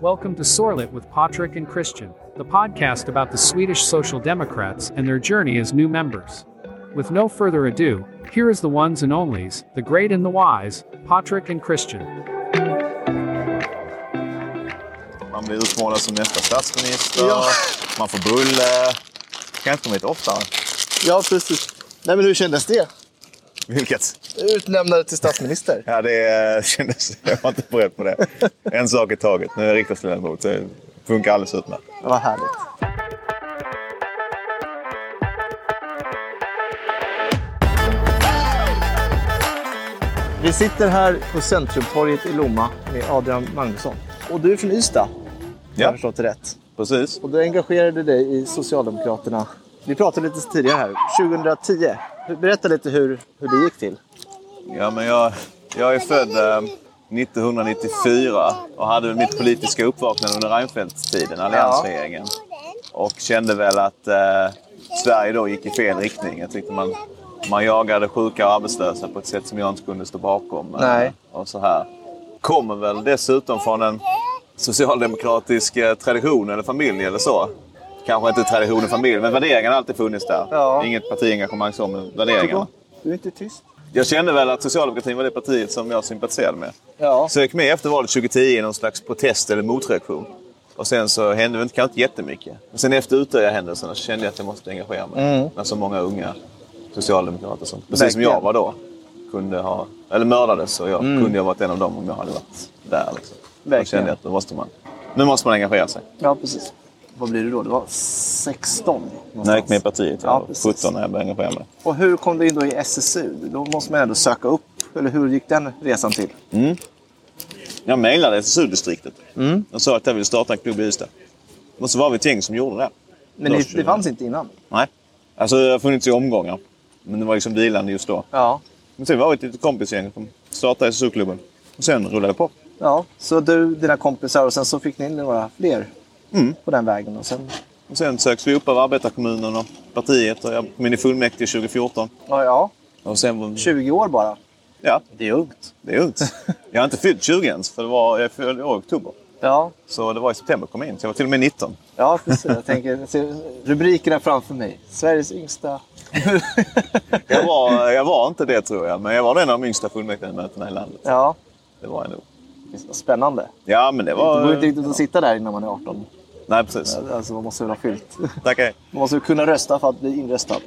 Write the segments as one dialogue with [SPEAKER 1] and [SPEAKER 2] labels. [SPEAKER 1] Welcome to Sorlet with Patrick and Christian, the podcast about the Swedish Social Democrats and their journey as new members. With no further ado, here is the ones and onlys, the great and the wise, Patrick and Christian.
[SPEAKER 2] Man blir utmålad som nästa statsminister.
[SPEAKER 3] Ja.
[SPEAKER 2] Man får bulle. Kan inte komma hit oftare.
[SPEAKER 3] Ja, precis. Nej, men hur kändes det?
[SPEAKER 2] Vilket?
[SPEAKER 3] Utnämnade till statsminister.
[SPEAKER 2] Ja, det eh, kändes... Jag var inte beredd på det. En sak i taget. Nu är jag riksdagsledamot. Det funkar alldeles utmärkt.
[SPEAKER 3] Vad härligt. Vi sitter här på Centrumtorget i Lomma med Adrian Magnusson. Och du är från Ystad, om jag har
[SPEAKER 2] Ja,
[SPEAKER 3] förstått det rätt.
[SPEAKER 2] precis.
[SPEAKER 3] Och du engagerade dig i Socialdemokraterna. Vi pratade lite tidigare här, 2010. Berätta lite hur, hur det gick till.
[SPEAKER 2] Ja, men jag, jag är född eh, 1994 och hade väl mitt politiska uppvaknande under Reinfeldt-tiden, alliansregeringen. Och kände väl att eh, Sverige då gick i fel riktning. Jag tyckte man, man jagade sjuka och arbetslösa på ett sätt som jag inte kunde stå bakom. eh,
[SPEAKER 3] Nej.
[SPEAKER 2] Och så här. Kommer väl dessutom från en socialdemokratisk eh, tradition eller familj eller så. Kanske inte tradition och familj, men värderingarna har alltid funnits där.
[SPEAKER 3] Ja.
[SPEAKER 2] Inget partiengagemang så, men värderingarna.
[SPEAKER 3] Du är inte tyst.
[SPEAKER 2] Jag kände väl att Socialdemokratin var det partiet som jag sympatiserade med.
[SPEAKER 3] Ja.
[SPEAKER 2] Så jag gick med efter valet 2010 i någon slags protest eller motreaktion. Och sen så hände det inte, kanske inte jättemycket. Men sen efter Utöya-händelserna så kände jag att jag måste engagera mig. När så många unga socialdemokrater, som, precis som
[SPEAKER 3] Mm. Verkligen. Mm.
[SPEAKER 2] jag var då, kunde ha, eller mördades. Och jag kunde ha varit en av dem om jag hade varit där. Liksom. Då
[SPEAKER 3] Verkligen.
[SPEAKER 2] kände jag att nu måste man, nu måste man engagera sig.
[SPEAKER 3] Ja, precis. Vad blir du då? Du var 16? Någonstans.
[SPEAKER 2] När jag gick med i partiet, jag
[SPEAKER 3] Ja,
[SPEAKER 2] var
[SPEAKER 3] precis.
[SPEAKER 2] 17 när jag började engagera mig.
[SPEAKER 3] Och hur kom du in då i SSU? Då måste man ändå söka upp. Eller hur gick den resan till?
[SPEAKER 2] Jag mejlade SSU-distriktet
[SPEAKER 3] Mm.
[SPEAKER 2] och sa att jag ville starta en klubb i Ystad. Och så var vi ett gäng som gjorde det.
[SPEAKER 3] Men
[SPEAKER 2] Då
[SPEAKER 3] det,
[SPEAKER 2] körde
[SPEAKER 3] det fanns inte innan?
[SPEAKER 2] Nej. Alltså det har funnits i omgångar. Men det var liksom vilande just då.
[SPEAKER 3] Ja.
[SPEAKER 2] Men sen var vi ett litet kompisgäng som startade SSU-klubben. Och sen rullade det på.
[SPEAKER 3] ja. Så du, dina kompisar och sen så fick ni in några fler på den vägen. Och sen,
[SPEAKER 2] Och sen söks vi upp av arbetarkommunen och partiet. Och jag kom in i fullmäktige 2014.
[SPEAKER 3] ja, ja,
[SPEAKER 2] Och sen...
[SPEAKER 3] 20 år bara.
[SPEAKER 2] Ja,
[SPEAKER 3] Det är ungt.
[SPEAKER 2] det är ungt. Jag har inte fyllt 20 ens, för det var, jag fyllde år i oktober.
[SPEAKER 3] Ja,
[SPEAKER 2] Så det var i september jag kom in. Så jag var till och med 19.
[SPEAKER 3] ja precis. Jag tänker, jag ser rubrikerna framför mig. Sveriges yngsta...
[SPEAKER 2] Jag var, jag var inte det tror jag, men jag var en av de yngsta fullmäktigemötena i landet.
[SPEAKER 3] ja,
[SPEAKER 2] Det var jag nog.
[SPEAKER 3] det är spännande.
[SPEAKER 2] Ja, men det
[SPEAKER 3] Det går
[SPEAKER 2] var...
[SPEAKER 3] inte riktigt att sitta där innan man är 18.
[SPEAKER 2] Nej, precis.
[SPEAKER 3] Alltså, man måste väl ha fyllt.
[SPEAKER 2] Tack, hej.
[SPEAKER 3] Man måste ju kunna rösta för att bli inröstad.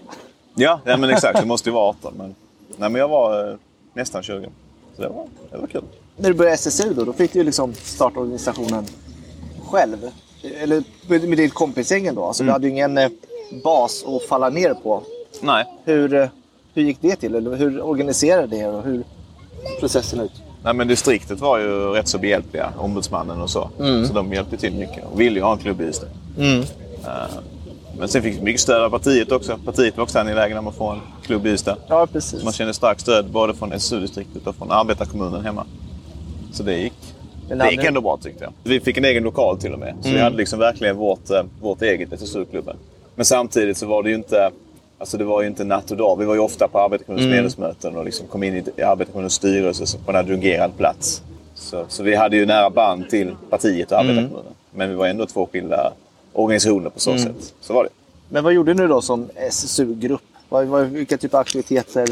[SPEAKER 2] Ja, ja men exakt. Det måste ju vara 18. Men, nej, men jag var eh, nästan 20. Så det var, det var kul.
[SPEAKER 3] När du började SSU då, då fick du ju liksom starta organisationen själv. Eller med, med ditt kompisgäng ändå. Alltså,
[SPEAKER 2] Mm.
[SPEAKER 3] Du hade ju ingen eh, bas att falla ner på.
[SPEAKER 2] Nej.
[SPEAKER 3] Hur, eh, hur gick det till? Eller hur organiserade det er och hur processen ut?
[SPEAKER 2] nej, men distriktet var ju rätt så behjälpliga, ombudsmannen och så. Så de hjälpte till mycket och ville ju ha en klubb i Ystad. Eh, men sen fick vi mycket stöd av partiet också. Partiet var också angelägen om att få en klubb i Ystad.
[SPEAKER 3] Ja, precis.
[SPEAKER 2] Man kände starkt stöd både från SSU-distriktet och från arbetarkommunen hemma. Så det gick.
[SPEAKER 3] Men
[SPEAKER 2] Det gick
[SPEAKER 3] aldrig-
[SPEAKER 2] ändå bra tyckte jag. Vi fick en egen lokal till och med. Så vi hade liksom verkligen vårt, eh, vårt eget SSU-klubben. Men samtidigt så var det ju inte, alltså det var ju inte natt och dag. Vi var ju ofta på arbetarkommunens medlemsmöten och liksom kom in i- i arbetarkommunens styrelse så- på en adjungerad plats. Så, så vi hade ju nära band till partiet och arbetarkommunen. Men vi var ändå två skilda organisationer på så sätt. Så var det.
[SPEAKER 3] Men vad gjorde ni då som SSU-grupp? Vad, vad, vilka typer av aktiviteter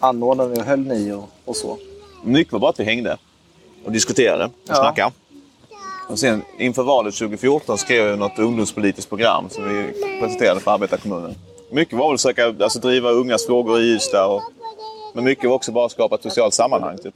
[SPEAKER 3] anordnade ni och höll ni och, och så?
[SPEAKER 2] Mycket var bara att vi hängde och diskuterade och
[SPEAKER 3] Ja.
[SPEAKER 2] snackade. Och sen inför valet 2014 skrev jag något ungdomspolitiskt program som vi presenterade för arbetarkommunen. Mycket var väl att försöka alltså, driva ungas frågor i Ystad. Och, men mycket var också bara att skapa ett socialt sammanhang. Typ.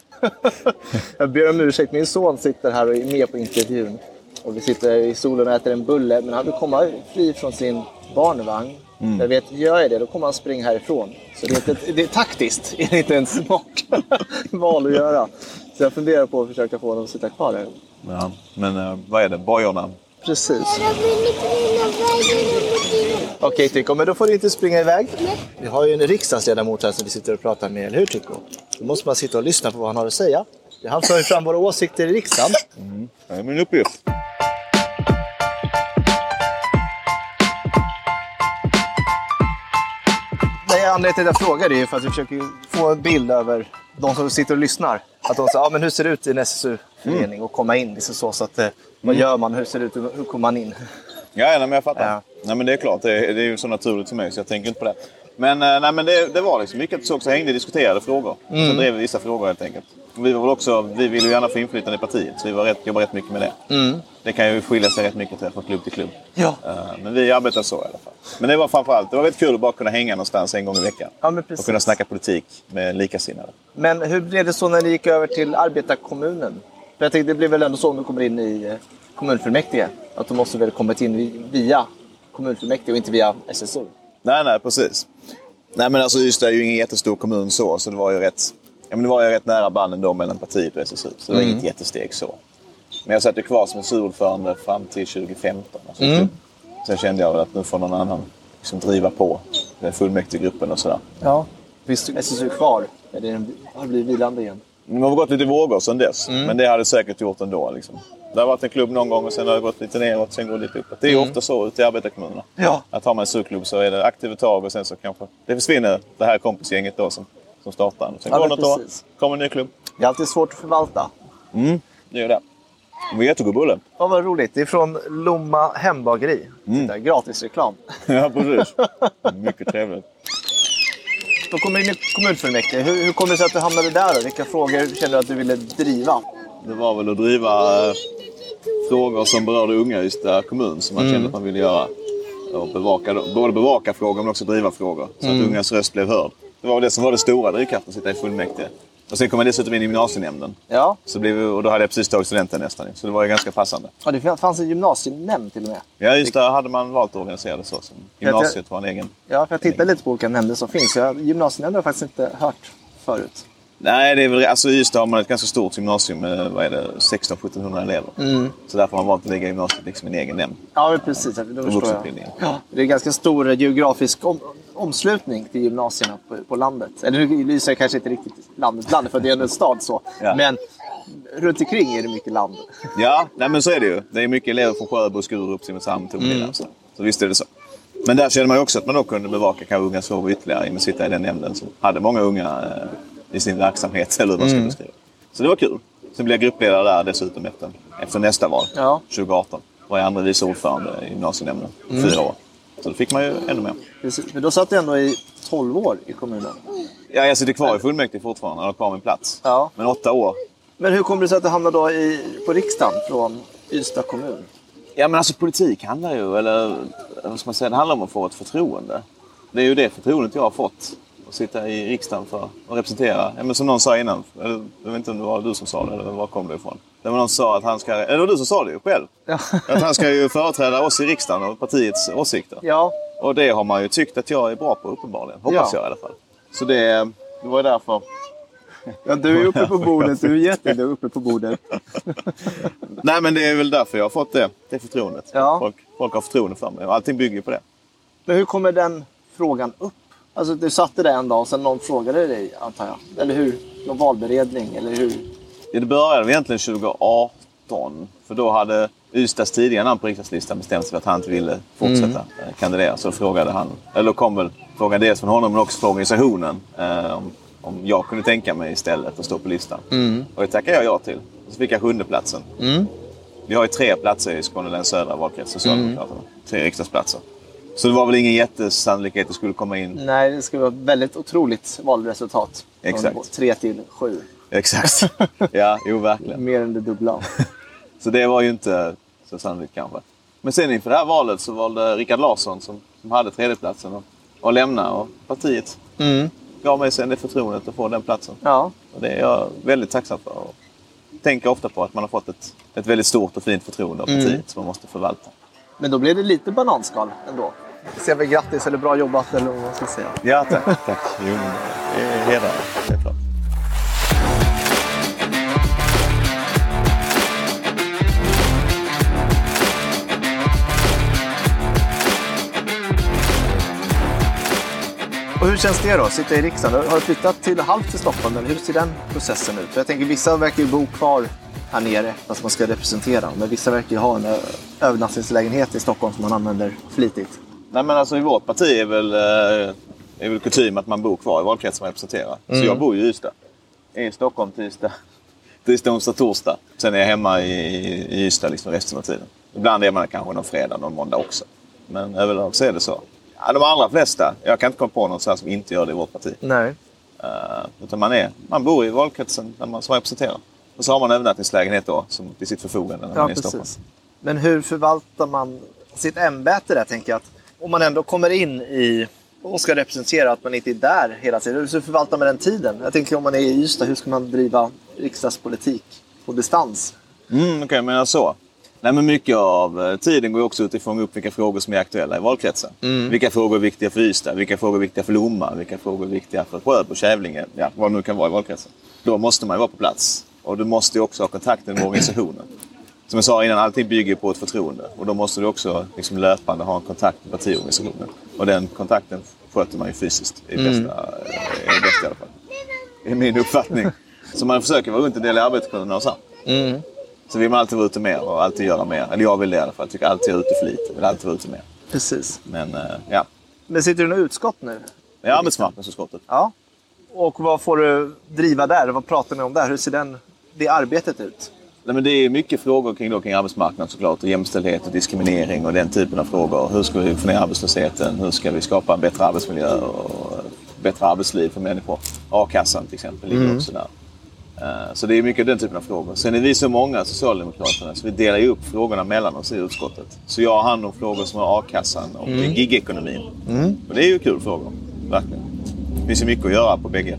[SPEAKER 3] Jag ber om ursäkt, min son sitter här och är med på intervjun. Och vi sitter i solen och äter en bulle, men han vill komma fri från sin barnvagn. Jag vet, gör jag det, då kommer han springa härifrån. Så det är, inte, det är taktiskt, det är inte en smart val att göra. Så jag funderar på att försöka få honom att sitta kvar här.
[SPEAKER 2] Ja, men eh, vad är det? Bojorna?
[SPEAKER 3] Precis.
[SPEAKER 4] Jag vill inte vinna vägen
[SPEAKER 3] Okej Tycho, men då får du inte springa iväg. Vi har ju en riksdagsledamot här som vi sitter och pratar med, eller hur Tycho? Då måste man sitta och lyssna på vad han har att säga. Han för fram våra åsikter i riksdagen.
[SPEAKER 2] Det är min uppgift.
[SPEAKER 3] Nej, anledningen till att jag frågar det är ju för att vi försöker ju få en bild över de som sitter och lyssnar. Att de säger, ja men hur ser det ut i en SSU förening och komma in. Liksom så, så att, eh, vad gör man? Hur ser det ut? Hur hur kommer man in?
[SPEAKER 2] Ja, ja nej, men jag fattar.
[SPEAKER 3] Ja.
[SPEAKER 2] Nej, men det är klart, det är, det är ju så naturligt för mig så jag tänker inte på det. Men, eh, nej, men det, det var liksom, vi gick inte så också hängde och diskuterade frågor.
[SPEAKER 3] Mm.
[SPEAKER 2] Sen drev vi vissa frågor helt enkelt. Och Vi, var väl också, vi ville ju gärna få inflytande i partiet, så vi var rätt, jobbade rätt mycket med det. Det kan ju skilja sig rätt mycket till, från klubb till klubb.
[SPEAKER 3] Mm. Ja.
[SPEAKER 2] Eh, Men vi arbetar så i alla fall. Men det var framförallt, det var väldigt kul att bara kunna hänga någonstans en gång i veckan.
[SPEAKER 3] Ja, men
[SPEAKER 2] och
[SPEAKER 3] precis.
[SPEAKER 2] kunna snacka politik med likasinnade.
[SPEAKER 3] Men hur blev det så när ni gick över till arbetarkommunen? För jag tänkte, det blir väl ändå så om du kommer in i eh, kommunfullmäktige? Att du måste väl kommit in vi- via kommunfullmäktige och inte via SSU?
[SPEAKER 2] Nej, nej, precis. Nej, men alltså Ystad är ju ingen jättestor kommun så, så det var ju rätt, ja, men det var ju rätt nära banden då mellan partiet och SSU. Så det var inget jättesteg så. Men jag satt ju kvar som SSU-ordförande fram till 2015. Alltså, typ. Sen kände jag väl att nu får någon annan liksom driva på den fullmäktigegruppen och sådär.
[SPEAKER 3] Ja. Visst SSU kvar? Är det en, har det blivit vilande igen?
[SPEAKER 2] Men Det har gått lite vågor sedan dess, men det hade det säkert gjort ändå. Liksom. Det har varit en klubb någon gång och sen har det gått lite neråt, sen går det lite uppåt. Det är ju ofta så ute i arbetarkommunerna.
[SPEAKER 3] Ja.
[SPEAKER 2] Att har man en surklubb så är det aktiva tag och sen så kanske det försvinner det här kompisgänget då som, som startar. den. Sen
[SPEAKER 3] Ja,
[SPEAKER 2] går
[SPEAKER 3] men
[SPEAKER 2] något år,
[SPEAKER 3] precis.
[SPEAKER 2] kommer en ny klubb.
[SPEAKER 3] Det är alltid svårt att förvalta.
[SPEAKER 2] Det är ju det. Det var jättegod bulle.
[SPEAKER 3] Ja, vad roligt. Det är från Lomma hembageri. Titta, gratis reklam.
[SPEAKER 2] ja, precis. Mycket trevligt.
[SPEAKER 3] Då kommer in i kommunfullmäktige. Hur, hur kommer det sig att du hamnade där? Då? Vilka frågor kände du att du ville driva?
[SPEAKER 2] Det var väl att driva eh, frågor som berörde unga i Ystad kommun som man
[SPEAKER 3] Mm.
[SPEAKER 2] kände att man ville göra. Och bevaka, dem. både bevaka frågor men också driva frågor. Så att
[SPEAKER 3] Mm.
[SPEAKER 2] ungas röst blev hörd. Det var väl det som var det stora drivkraften, att sitta i fullmäktige. Och sen kom jag dessutom in i gymnasienämnden.
[SPEAKER 3] Ja.
[SPEAKER 2] Så blev, vi- och då hade jag precis tagit studenten nästan. Så det var ju ganska passande.
[SPEAKER 3] ja, det fanns en gymnasienämnd till och med.
[SPEAKER 2] Ja, just det. Hade man valt att organisera det så. Som gymnasiet var en egen.
[SPEAKER 3] Ja, för jag tittar lite på olika nämnder som finns. Jag, gymnasienämnden har jag faktiskt inte hört förut.
[SPEAKER 2] Nej, det är väl, alltså i Ystad har man ett ganska stort gymnasium med vad är det, 1600-1700 elever. Så därför har man valt att lägga gymnasiet liksom i en egen nämnd.
[SPEAKER 3] Ja, men precis. Då förstår jag.
[SPEAKER 2] vuxenutbildningen.
[SPEAKER 3] Ja, det är ganska stor eh, geografisk om, omslutning till gymnasierna på, på landet. Eller nu lyser jag kanske inte riktigt landet, landet för det är ändå en stad så.
[SPEAKER 2] Ja.
[SPEAKER 3] Men runt omkring är det mycket land.
[SPEAKER 2] Ja, nej, men så är det ju. Det är mycket elever från Sjöbo, Skurup, Simrishamn, Tomelilla.
[SPEAKER 3] Mm.
[SPEAKER 2] och Så. så visst är det så. Men där känner man ju också att man då kunde bevaka kanske ungas frågor ytterligare genom att sitta i den nämnden som hade många unga eh, i sin verksamhet, eller hur
[SPEAKER 3] Mm.
[SPEAKER 2] man ska beskriva Så det var kul. Sen blev jag gruppledare där dessutom efter, efter nästa val,
[SPEAKER 3] Ja.
[SPEAKER 2] 2018. Var jag andra vice ordförande i gymnasienämnden i
[SPEAKER 3] Mm.
[SPEAKER 2] fyra år. Så då fick man ju ännu mer.
[SPEAKER 3] Precis. Men då satt du ändå i 12 år i kommunen.
[SPEAKER 2] Ja, jag sitter kvar i fullmäktige fortfarande och har kvar min plats.
[SPEAKER 3] Ja.
[SPEAKER 2] Men åtta år.
[SPEAKER 3] Men hur kommer det sig att du hamnade då i, på riksdagen från Ystad kommun?
[SPEAKER 2] Ja, men alltså politik handlar ju, eller vad ska man säga, det handlar om att få ett förtroende. Det är ju det förtroendet jag har fått. Att sitta i riksdagen för att representera, ja, men som någon sa innan, eller, jag vet inte om det var du som sa det eller var kom det ifrån? Det var någon som sa att han ska, eller det var du som sa det ju själv.
[SPEAKER 3] Ja.
[SPEAKER 2] Att han ska ju företräda oss i riksdagen och partiets åsikter.
[SPEAKER 3] Ja,
[SPEAKER 2] Och det har man ju tyckt att jag är bra på uppenbarligen. Hoppas
[SPEAKER 3] Ja.
[SPEAKER 2] jag i alla fall. Så det, det var ju därför.
[SPEAKER 3] ja du är uppe på bordet. Du är jätte uppe på bordet.
[SPEAKER 2] Nej men det är väl därför jag har fått det, det förtroendet.
[SPEAKER 3] Ja.
[SPEAKER 2] Folk, folk har förtroende för mig och allting bygger ju på det.
[SPEAKER 3] Men hur kommer den frågan upp? Alltså du satte där en dag och sen någon frågade dig antar jag. Eller hur? Någon valberedning eller hur?
[SPEAKER 2] Ja, Det började väl egentligen 2018. För då hade Ystads tidigare namn på riksdagslistan bestämt sig för att han inte ville fortsätta eh, kandidera. Så frågade han, eller kom väl frågan dels från honom men också från organisationen eh, om, om jag kunde tänka mig istället att stå på listan. Och det tackade jag ja till. Och så fick jag sjunde platsen. Vi har ju tre platser i Skåne läns södra valkrets, Socialdemokraterna. Tre riksdagsplatser. Så det var väl ingen jättesannolikhet att det skulle komma in
[SPEAKER 3] Nej, det skulle vara ett väldigt otroligt valresultat. Från
[SPEAKER 2] Exakt.
[SPEAKER 3] Tre till sju.
[SPEAKER 2] Exakt. Ja, jo verkligen.
[SPEAKER 3] Mer än det dubbla.
[SPEAKER 2] Så det var ju inte så sannolikt kanske. Men sen inför det här valet så valde Rickard Larsson, som, som hade tredjeplatsen, att, att lämna och partiet gav mig sen det förtroendet att få den platsen.
[SPEAKER 3] Ja.
[SPEAKER 2] Och det är jag väldigt tacksam för. Och tänker ofta på att man har fått ett, ett väldigt stort och fint förtroende av partiet som man måste förvalta.
[SPEAKER 3] Men då blev det lite bananskal ändå. Jag säger väl grattis eller bra jobbat eller vad man ska säga.
[SPEAKER 2] Ja, tack. tack. Jo, men det är hedrande. Det är klart.
[SPEAKER 3] Och hur känns det då? Sitta i riksdagen? Har du flyttat till halvt till Stockholm eller hur ser den processen ut? För jag tänker vissa verkar ju bo kvar här nere fast man ska representera. Men vissa verkar ju ha en ö- övernattningslägenhet i Stockholm som man använder flitigt.
[SPEAKER 2] Nej, men alltså i vårt parti är väl, eh, är väl
[SPEAKER 3] Mm.
[SPEAKER 2] kutym att man bor kvar i valkretsen man representerar. Så jag bor ju i Ystad. Är i Stockholm tisdag, Tisdag, onsdag, torsdag. Sen är jag hemma i, i Ystad liksom resten av tiden. Ibland är man kanske någon fredag, någon måndag också. Men överlag så är det så. Ja, de allra flesta. Jag kan inte komma på någon så här som inte gör det i vårt parti.
[SPEAKER 3] Nej.
[SPEAKER 2] Eh, utan man, är, man bor i valkretsen där man, som man representerar. Och så har man övernattningslägenhet då, som till sitt förfogande när
[SPEAKER 3] Ja,
[SPEAKER 2] man är i Stockholm.
[SPEAKER 3] precis. Men hur förvaltar man sitt ämbete där, tänker jag? Att om man ändå kommer in i och ska representera att man inte är där hela tiden. Hur förvaltar man den tiden? Jag tänker om man är i Ystad, hur ska man driva riksdagspolitik på distans?
[SPEAKER 2] Mm, Okej, okay, menar så. Nej, men mycket av eh, tiden går ju också ut att fånga upp vilka frågor som är aktuella i valkretsen. Vilka frågor är viktiga för Ystad? Vilka frågor är viktiga för Lomma? Vilka frågor är viktiga för Sjöbo, Kävlinge? Ja, vad det nu kan vara i valkretsen. Då måste man ju vara på plats. Och du måste ju också ha kontakten med organisationen. Som jag sa innan, allting bygger ju på ett förtroende. Och då måste du också liksom löpande ha en kontakt med partiorganisationen. Och den kontakten sköter man ju fysiskt i bästa, eh, i bästa i alla fall. Det är min uppfattning. Så man försöker vara runt en del i arbetskommunerna och så. Så vill man alltid vara ute mer och alltid göra mer. Eller jag vill det i alla fall. Jag tycker alltid jag är ute för lite. Jag vill alltid vara ute mer.
[SPEAKER 3] Precis.
[SPEAKER 2] Men eh, ja,
[SPEAKER 3] Men sitter du i något utskott nu?
[SPEAKER 2] det är arbetsmarknadsutskottet.
[SPEAKER 3] Ja. Och vad får du driva där? Vad pratar ni om där? Hur ser den, det arbetet ut?
[SPEAKER 2] Nej, men det är mycket frågor kring, då, kring arbetsmarknad såklart. Och jämställdhet och diskriminering och den typen av frågor. Hur ska vi få ner arbetslösheten? Hur ska vi skapa en bättre arbetsmiljö och bättre arbetsliv för människor? A-kassan till exempel ligger också där. Eh, Så det är mycket den typen av frågor. Sen är vi så många, Socialdemokraterna, så vi delar ju upp frågorna mellan oss i utskottet. Så jag har hand om frågor som har a-kassan och gigekonomin. Och det är ju kul frågor, verkligen. Det finns ju mycket att göra på bägge,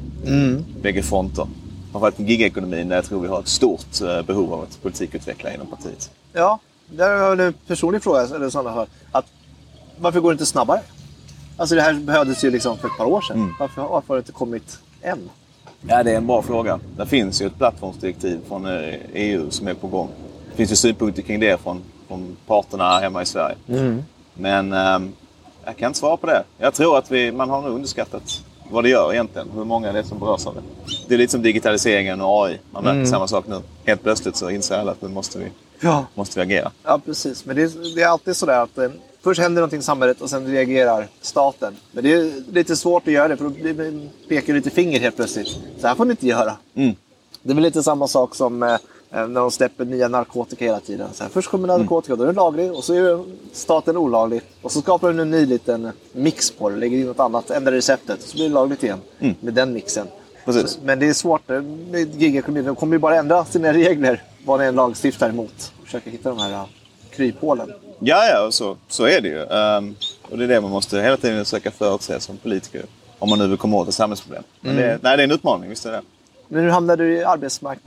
[SPEAKER 2] bägge fronter. Framförallt med gigekonomin där jag tror vi har ett stort eh, behov av att politikutveckla inom partiet.
[SPEAKER 3] Ja, där har jag en personlig fråga. Eller sådana här, att varför går det inte snabbare? Alltså det här behövdes ju liksom för ett par år sedan. Varför, varför har det inte kommit än?
[SPEAKER 2] Ja, det är en bra fråga. Det finns ju ett plattformsdirektiv från eh, EU som är på gång. Det finns ju synpunkter kring det från, från parterna här hemma i Sverige. Men ehm, jag kan inte svara på det. Jag tror att vi, man har nog underskattat vad det gör egentligen. Hur många det är som berörs av det. Det är lite som digitaliseringen och AI. Man märker samma sak nu. Helt plötsligt så inser alla att nu måste vi,
[SPEAKER 3] Ja,
[SPEAKER 2] måste vi agera.
[SPEAKER 3] ja precis. Men det, är- det är alltid sådär att eh, först händer någonting i samhället och sen reagerar staten. Men det är lite svårt att göra det för då blir- det pekar lite finger helt plötsligt. Så här får ni inte göra.
[SPEAKER 2] Mm.
[SPEAKER 3] Det är väl lite samma sak som eh, när de släpper nya narkotika hela tiden. Så här, först kommer
[SPEAKER 2] Mm.
[SPEAKER 3] narkotika, då är den laglig och så är staten olaglig. Och så skapar den en ny liten mix på det, lägger in något annat, ändrar receptet. Så blir det lagligt igen med den mixen.
[SPEAKER 2] Mm. Precis.
[SPEAKER 3] Så, men det är svårt eh, med gigekonomin. De kommer ju bara ändra sina regler, vad det är en lagstiftar emot. Och försöka hitta de här eh, kryphålen.
[SPEAKER 2] Ja, ja, och så, så är det ju. Ehm, och det är det man måste hela tiden försöka förutse som politiker. Om man nu vill komma åt ett samhällsproblem. Men
[SPEAKER 3] Mm.
[SPEAKER 2] det, nej, det är en utmaning, visst är det.
[SPEAKER 3] Men hur hamnade du i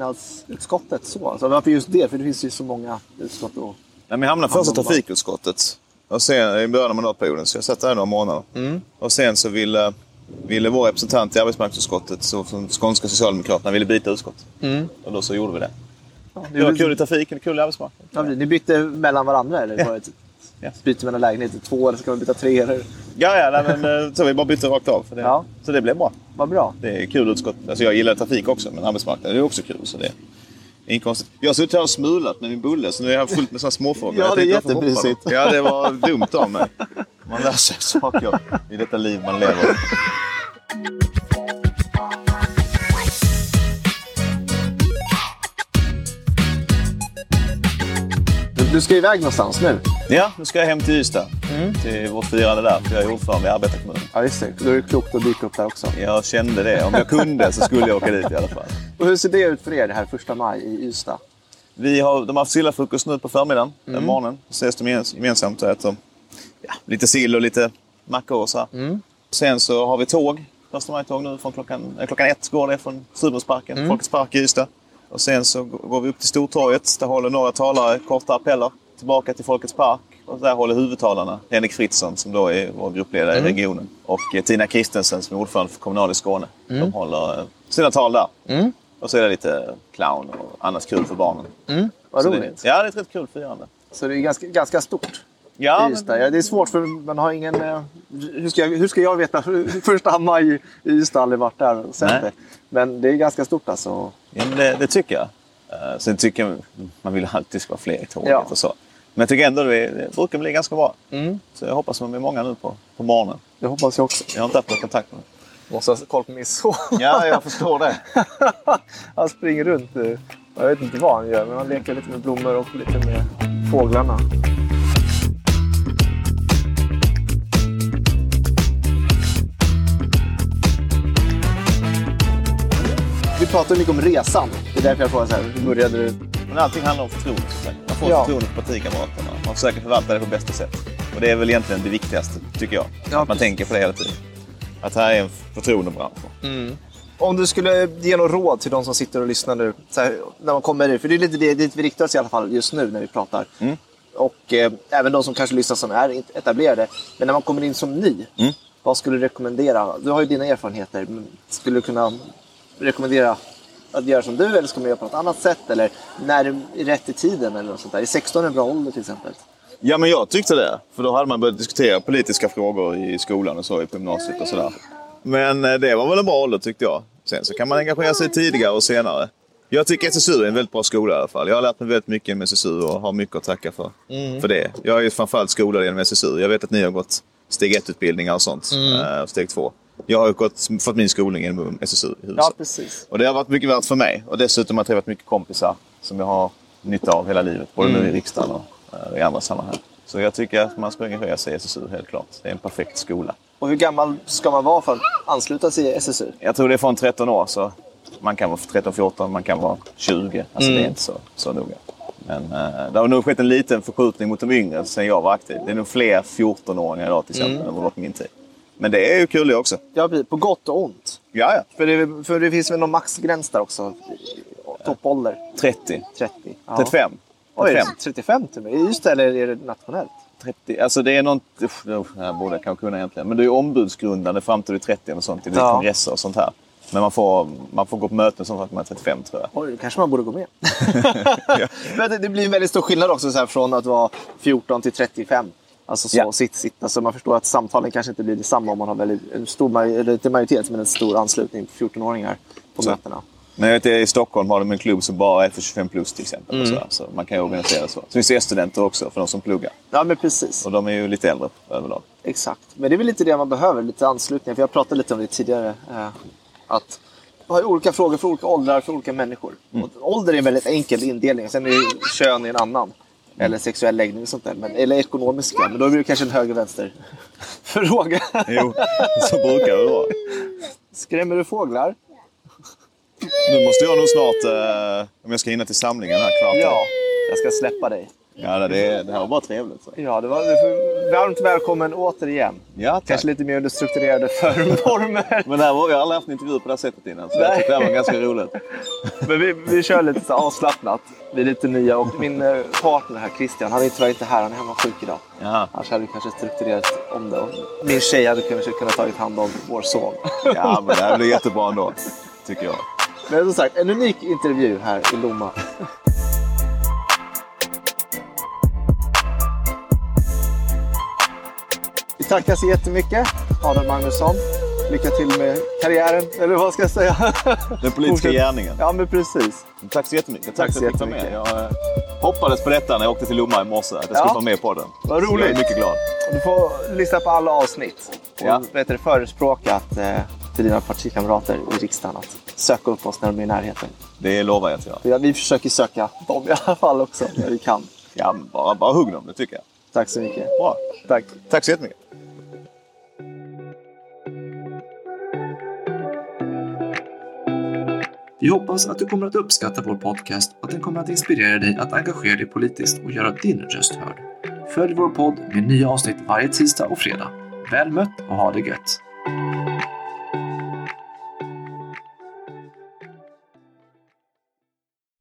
[SPEAKER 3] arbetsmarknadsutskottet? så? Alltså, varför just det? För det finns ju så många utskott. Och...
[SPEAKER 2] Nej, men jag hamnade först i
[SPEAKER 3] Hamnade man-
[SPEAKER 2] trafikutskottet. Och sen, I början av mandatperioden, så jag satt där några månader.
[SPEAKER 3] Mm.
[SPEAKER 2] Och sen så ville, ville vår representant i arbetsmarknadsutskottet, så, som skånska socialdemokraterna, ville byta utskott.
[SPEAKER 3] Mm.
[SPEAKER 2] Och då så gjorde vi det.
[SPEAKER 3] Ja,
[SPEAKER 2] Det var kul i trafiken och kul i
[SPEAKER 3] Ja,
[SPEAKER 2] arbetsmarknaden.
[SPEAKER 3] Ni bytte mellan varandra eller?
[SPEAKER 2] Ja.
[SPEAKER 3] Var det ett
[SPEAKER 2] Ja.
[SPEAKER 3] byte mellan lägenheter? Två eller ska man byta tre? Eller?
[SPEAKER 2] Ja, ja, nej, men, eh, så vi bara bytte rakt av. För det.
[SPEAKER 3] Ja.
[SPEAKER 2] Så det blev bra.
[SPEAKER 3] Vad bra.
[SPEAKER 2] Det är kul utskott. Alltså jag gillar trafik också, men arbetsmarknaden är också kul. Så det är inget konstigt. Jag har suttit här och smulat med min bulle, så nu är jag fullt med sådana småfrågor.
[SPEAKER 3] Ja,
[SPEAKER 2] Jag
[SPEAKER 3] det är
[SPEAKER 2] tänkte, varför hoppar
[SPEAKER 3] jättemysigt.
[SPEAKER 2] de? Ja, det var dumt av mig. Man lär sig saker i detta liv man lever.
[SPEAKER 3] Du, du ska iväg någonstans nu.
[SPEAKER 2] Ja, nu ska jag hem till Ystad.
[SPEAKER 3] Mm.
[SPEAKER 2] Till vårt firande där, för jag är ordförande i arbetarkommunen.
[SPEAKER 3] Ja, just det. Då är det klokt att dyka upp där också.
[SPEAKER 2] Jag kände det. Om jag kunde så skulle jag åka dit i alla fall.
[SPEAKER 3] Och hur ser det ut för er det här första maj i Ystad?
[SPEAKER 2] Vi har, de har haft sillafrukost nu på förmiddagen, mm. morgonen. Så ses de gemen- gemensamt och äter ja, lite sill och lite mackor och så här. Sen så har vi tåg. Första maj-tåg nu från klockan, eh, klockan ett går det från Studionsparken, Folkets park i Ystad. Och sen så g- går vi upp till Stortorget. Där håller några talare korta appeller. Tillbaka till Folkets park. Och där håller huvudtalarna Henrik Fritzon som då är vår gruppledare i regionen. Och eh, Tina Kristensen som är ordförande för Kommunal i Skåne. De håller eh, sina tal där. Och så är det lite clown och annat kul för barnen.
[SPEAKER 3] Vad
[SPEAKER 2] Mm. Så det-
[SPEAKER 3] roligt.
[SPEAKER 2] ja, det är ett rätt kul firande.
[SPEAKER 3] Så det är ganska, ganska stort.
[SPEAKER 2] Ja,
[SPEAKER 3] i Ystad. Ja, det är svårt för man har ingen... eh, Hur ska jag, hur ska jag veta? Första maj i Ystad har aldrig varit där och sett
[SPEAKER 2] Nej.
[SPEAKER 3] det. Men det är ganska stort alltså.
[SPEAKER 2] ja, men det, det tycker jag. Eh, sen tycker jag, man vill alltid ska vara fler i tåget
[SPEAKER 3] Ja. Mm.
[SPEAKER 2] och så. Men jag tycker ändå det, är- det brukar bli ganska bra. Så jag hoppas man blir många nu på, på morgonen.
[SPEAKER 3] Det hoppas jag också.
[SPEAKER 2] Jag har inte haft någon kontakt med dem.
[SPEAKER 3] Måste ha koll på min son.
[SPEAKER 2] Ja, jag förstår det.
[SPEAKER 3] Han springer runt. eh, Jag vet inte vad han gör, men han leker lite med blommor och lite med fåglarna. Vi pratar mycket om resan. Det är därför jag frågar så här, hur började du?
[SPEAKER 2] Men allting handlar om förtroende. som sagt. Man får
[SPEAKER 3] Ja.
[SPEAKER 2] förtroende för partikamraterna. Man försöker förvalta det på bästa sätt. Och det är väl egentligen det viktigaste, tycker jag. att man
[SPEAKER 3] precis.
[SPEAKER 2] tänker på det hela tiden. Att här är en förtroendebransch.
[SPEAKER 3] Om du skulle ge något råd till de som sitter och lyssnar nu, så här, när man kommer ut, för det är lite det- dit vi riktar oss i alla fall just nu när vi pratar. Och eh, även de som kanske lyssnar som är inte etablerade. Men när man kommer in som ny, vad skulle du rekommendera? Du har ju dina erfarenheter. men Skulle du kunna rekommendera att göra som du eller ska man göra på något annat sätt? Eller när är rätt i tiden? Eller något sånt där. Är 16 en bra ålder till exempel?
[SPEAKER 2] Ja, men jag tyckte det. För då hade man börjat diskutera politiska frågor i skolan och så, i gymnasiet och sådär. Men eh, det var väl en bra ålder tyckte jag. Sen så kan man engagera sig tidigare och senare. Jag tycker SSU är en väldigt bra skola i alla fall. Jag har lärt mig väldigt mycket med SSU och har mycket att tacka för, för det. Jag är ju framförallt skolad genom SSU. Jag vet att ni har gått steg 1-utbildningar och sånt. eh, och Steg 2. Jag har ju gått, fått min skolning genom SSU i huset.
[SPEAKER 3] precis.
[SPEAKER 2] Och det har varit mycket värt för mig. Och dessutom har jag träffat mycket kompisar som jag har nytta av hela livet. Både
[SPEAKER 3] Mm.
[SPEAKER 2] nu i riksdagen och eh, i andra sammanhang. Så jag tycker att man ska engagera sig i SSU helt klart. Det är en perfekt skola.
[SPEAKER 3] Och hur gammal ska man vara för att ansluta sig i SSU?
[SPEAKER 2] Jag tror det är från 13 år. Så man kan vara 13-14, man kan vara 20. Alltså
[SPEAKER 3] Mm.
[SPEAKER 2] det är inte så, så noga. Men eh, det har nog skett en liten förskjutning mot de yngre sen jag var aktiv. Det är nog fler 14-åringar idag till
[SPEAKER 3] Mm.
[SPEAKER 2] exempel än vad det var på min tid. Men det är ju kul det också.
[SPEAKER 3] Ja, precis. på gott och ont.
[SPEAKER 2] Ja, ja.
[SPEAKER 3] För det, för det finns väl någon maxgräns där också? Toppålder?
[SPEAKER 2] 30,
[SPEAKER 3] 30? Ja.
[SPEAKER 2] 35.
[SPEAKER 3] Oj,
[SPEAKER 2] 35.
[SPEAKER 3] 35 till mig. Just det, eller är det nationellt?
[SPEAKER 2] 30, alltså det är någon, usch, usch, det här borde jag kanske kunna egentligen. Men det är ju ombudsgrundande fram till du är 30 och sånt. Det är
[SPEAKER 3] Ja.
[SPEAKER 2] kongresser och sånt här. Men man får, man får gå på möten och sånt när man är 35 tror jag.
[SPEAKER 3] Oj, då kanske man borde gå med. Men det, det blir en väldigt stor skillnad också så här, från att vara 14 till 35. Alltså så,
[SPEAKER 2] Ja.
[SPEAKER 3] sitt, sitt. Alltså, man förstår att samtalen kanske inte blir detsamma om man har väldigt, en stor, maj- eller inte majoritet, men en stor anslutning på 14-åringar på
[SPEAKER 2] Så.
[SPEAKER 3] mötena.
[SPEAKER 2] Men jag vet, i Stockholm har de en klubb som bara är för 25 plus till exempel. Och så, här, så man kan ju organisera så. Så finns det studenter också för de som pluggar.
[SPEAKER 3] Ja, men precis.
[SPEAKER 2] Och de är ju lite äldre överlag.
[SPEAKER 3] Exakt, men det är väl lite det man behöver, lite anslutningar. För jag pratade lite om det tidigare. Eh, att ha olika frågor för olika åldrar, för olika människor. Och ålder är en väldigt enkel indelning, sen är ju kön i en annan. Eller sexuell läggning och sånt där. Men, eller ekonomiska, men då blir det kanske en höger-vänster fråga.
[SPEAKER 2] Jo, så brukar det vara.
[SPEAKER 3] Skrämmer du fåglar?
[SPEAKER 2] Nu måste jag nog snart, eh, om jag ska hinna till samlingen här kvart
[SPEAKER 3] Ja, jag ska släppa dig.
[SPEAKER 2] ja det, det här var bara trevligt. Så.
[SPEAKER 3] Ja, det var det var- varmt välkommen återigen.
[SPEAKER 2] Ja, tack.
[SPEAKER 3] Kanske lite mer under strukturerade förformer.
[SPEAKER 2] Men det här var, jag har aldrig haft en intervju på det här sättet innan. Så jag tyckte det här var ganska roligt.
[SPEAKER 3] Men vi, vi kör lite så avslappnat. Vi är lite nya och min eh, partner här, Christian, han är tyvärr inte här. Han är hemma sjuk idag.
[SPEAKER 2] Jaha.
[SPEAKER 3] Annars hade vi kanske strukturerat om det. Och Min tjej hade kanske kunnat tagit hand om vår son.
[SPEAKER 2] Ja, men det här blir jättebra ändå, tycker jag.
[SPEAKER 3] Men som sagt, en unik intervju här i Lomma. Vi tackar så jättemycket, Adam Magnusson. Lycka till med karriären, eller vad ska jag säga?
[SPEAKER 2] Den politiska
[SPEAKER 3] Fortsätt.
[SPEAKER 2] gärningen.
[SPEAKER 3] Ja, men precis.
[SPEAKER 2] Tack så jättemycket.
[SPEAKER 3] Tack
[SPEAKER 2] Tack,
[SPEAKER 3] så
[SPEAKER 2] för att jag fick vara med.
[SPEAKER 3] jättemycket.
[SPEAKER 2] Jag eh, hoppades på detta när jag åkte till Lomma i morse, att jag skulle
[SPEAKER 3] Ja.
[SPEAKER 2] vara med på den.
[SPEAKER 3] Vad
[SPEAKER 2] Så Jag är
[SPEAKER 3] roligt.
[SPEAKER 2] mycket glad.
[SPEAKER 3] Du får lyssna på alla avsnitt och
[SPEAKER 2] Ja.
[SPEAKER 3] vet du, förespråka att, eh, till dina partikamrater i riksdagen att söka upp oss när de är i närheten.
[SPEAKER 2] Det lovar jag att göra.
[SPEAKER 3] Vi, vi försöker söka dem i alla fall också, när vi kan.
[SPEAKER 2] Ja, bara, bara hugg dem, det tycker jag.
[SPEAKER 3] Tack så mycket.
[SPEAKER 2] Bra.
[SPEAKER 3] Tack.
[SPEAKER 2] Tack så jättemycket.
[SPEAKER 5] Vi hoppas att du kommer att uppskatta vår podcast och att den kommer att inspirera dig att engagera dig politiskt och göra din röst hörd. Följ vår podd med nya avsnitt varje tisdag och fredag. Väl mött och ha det gött!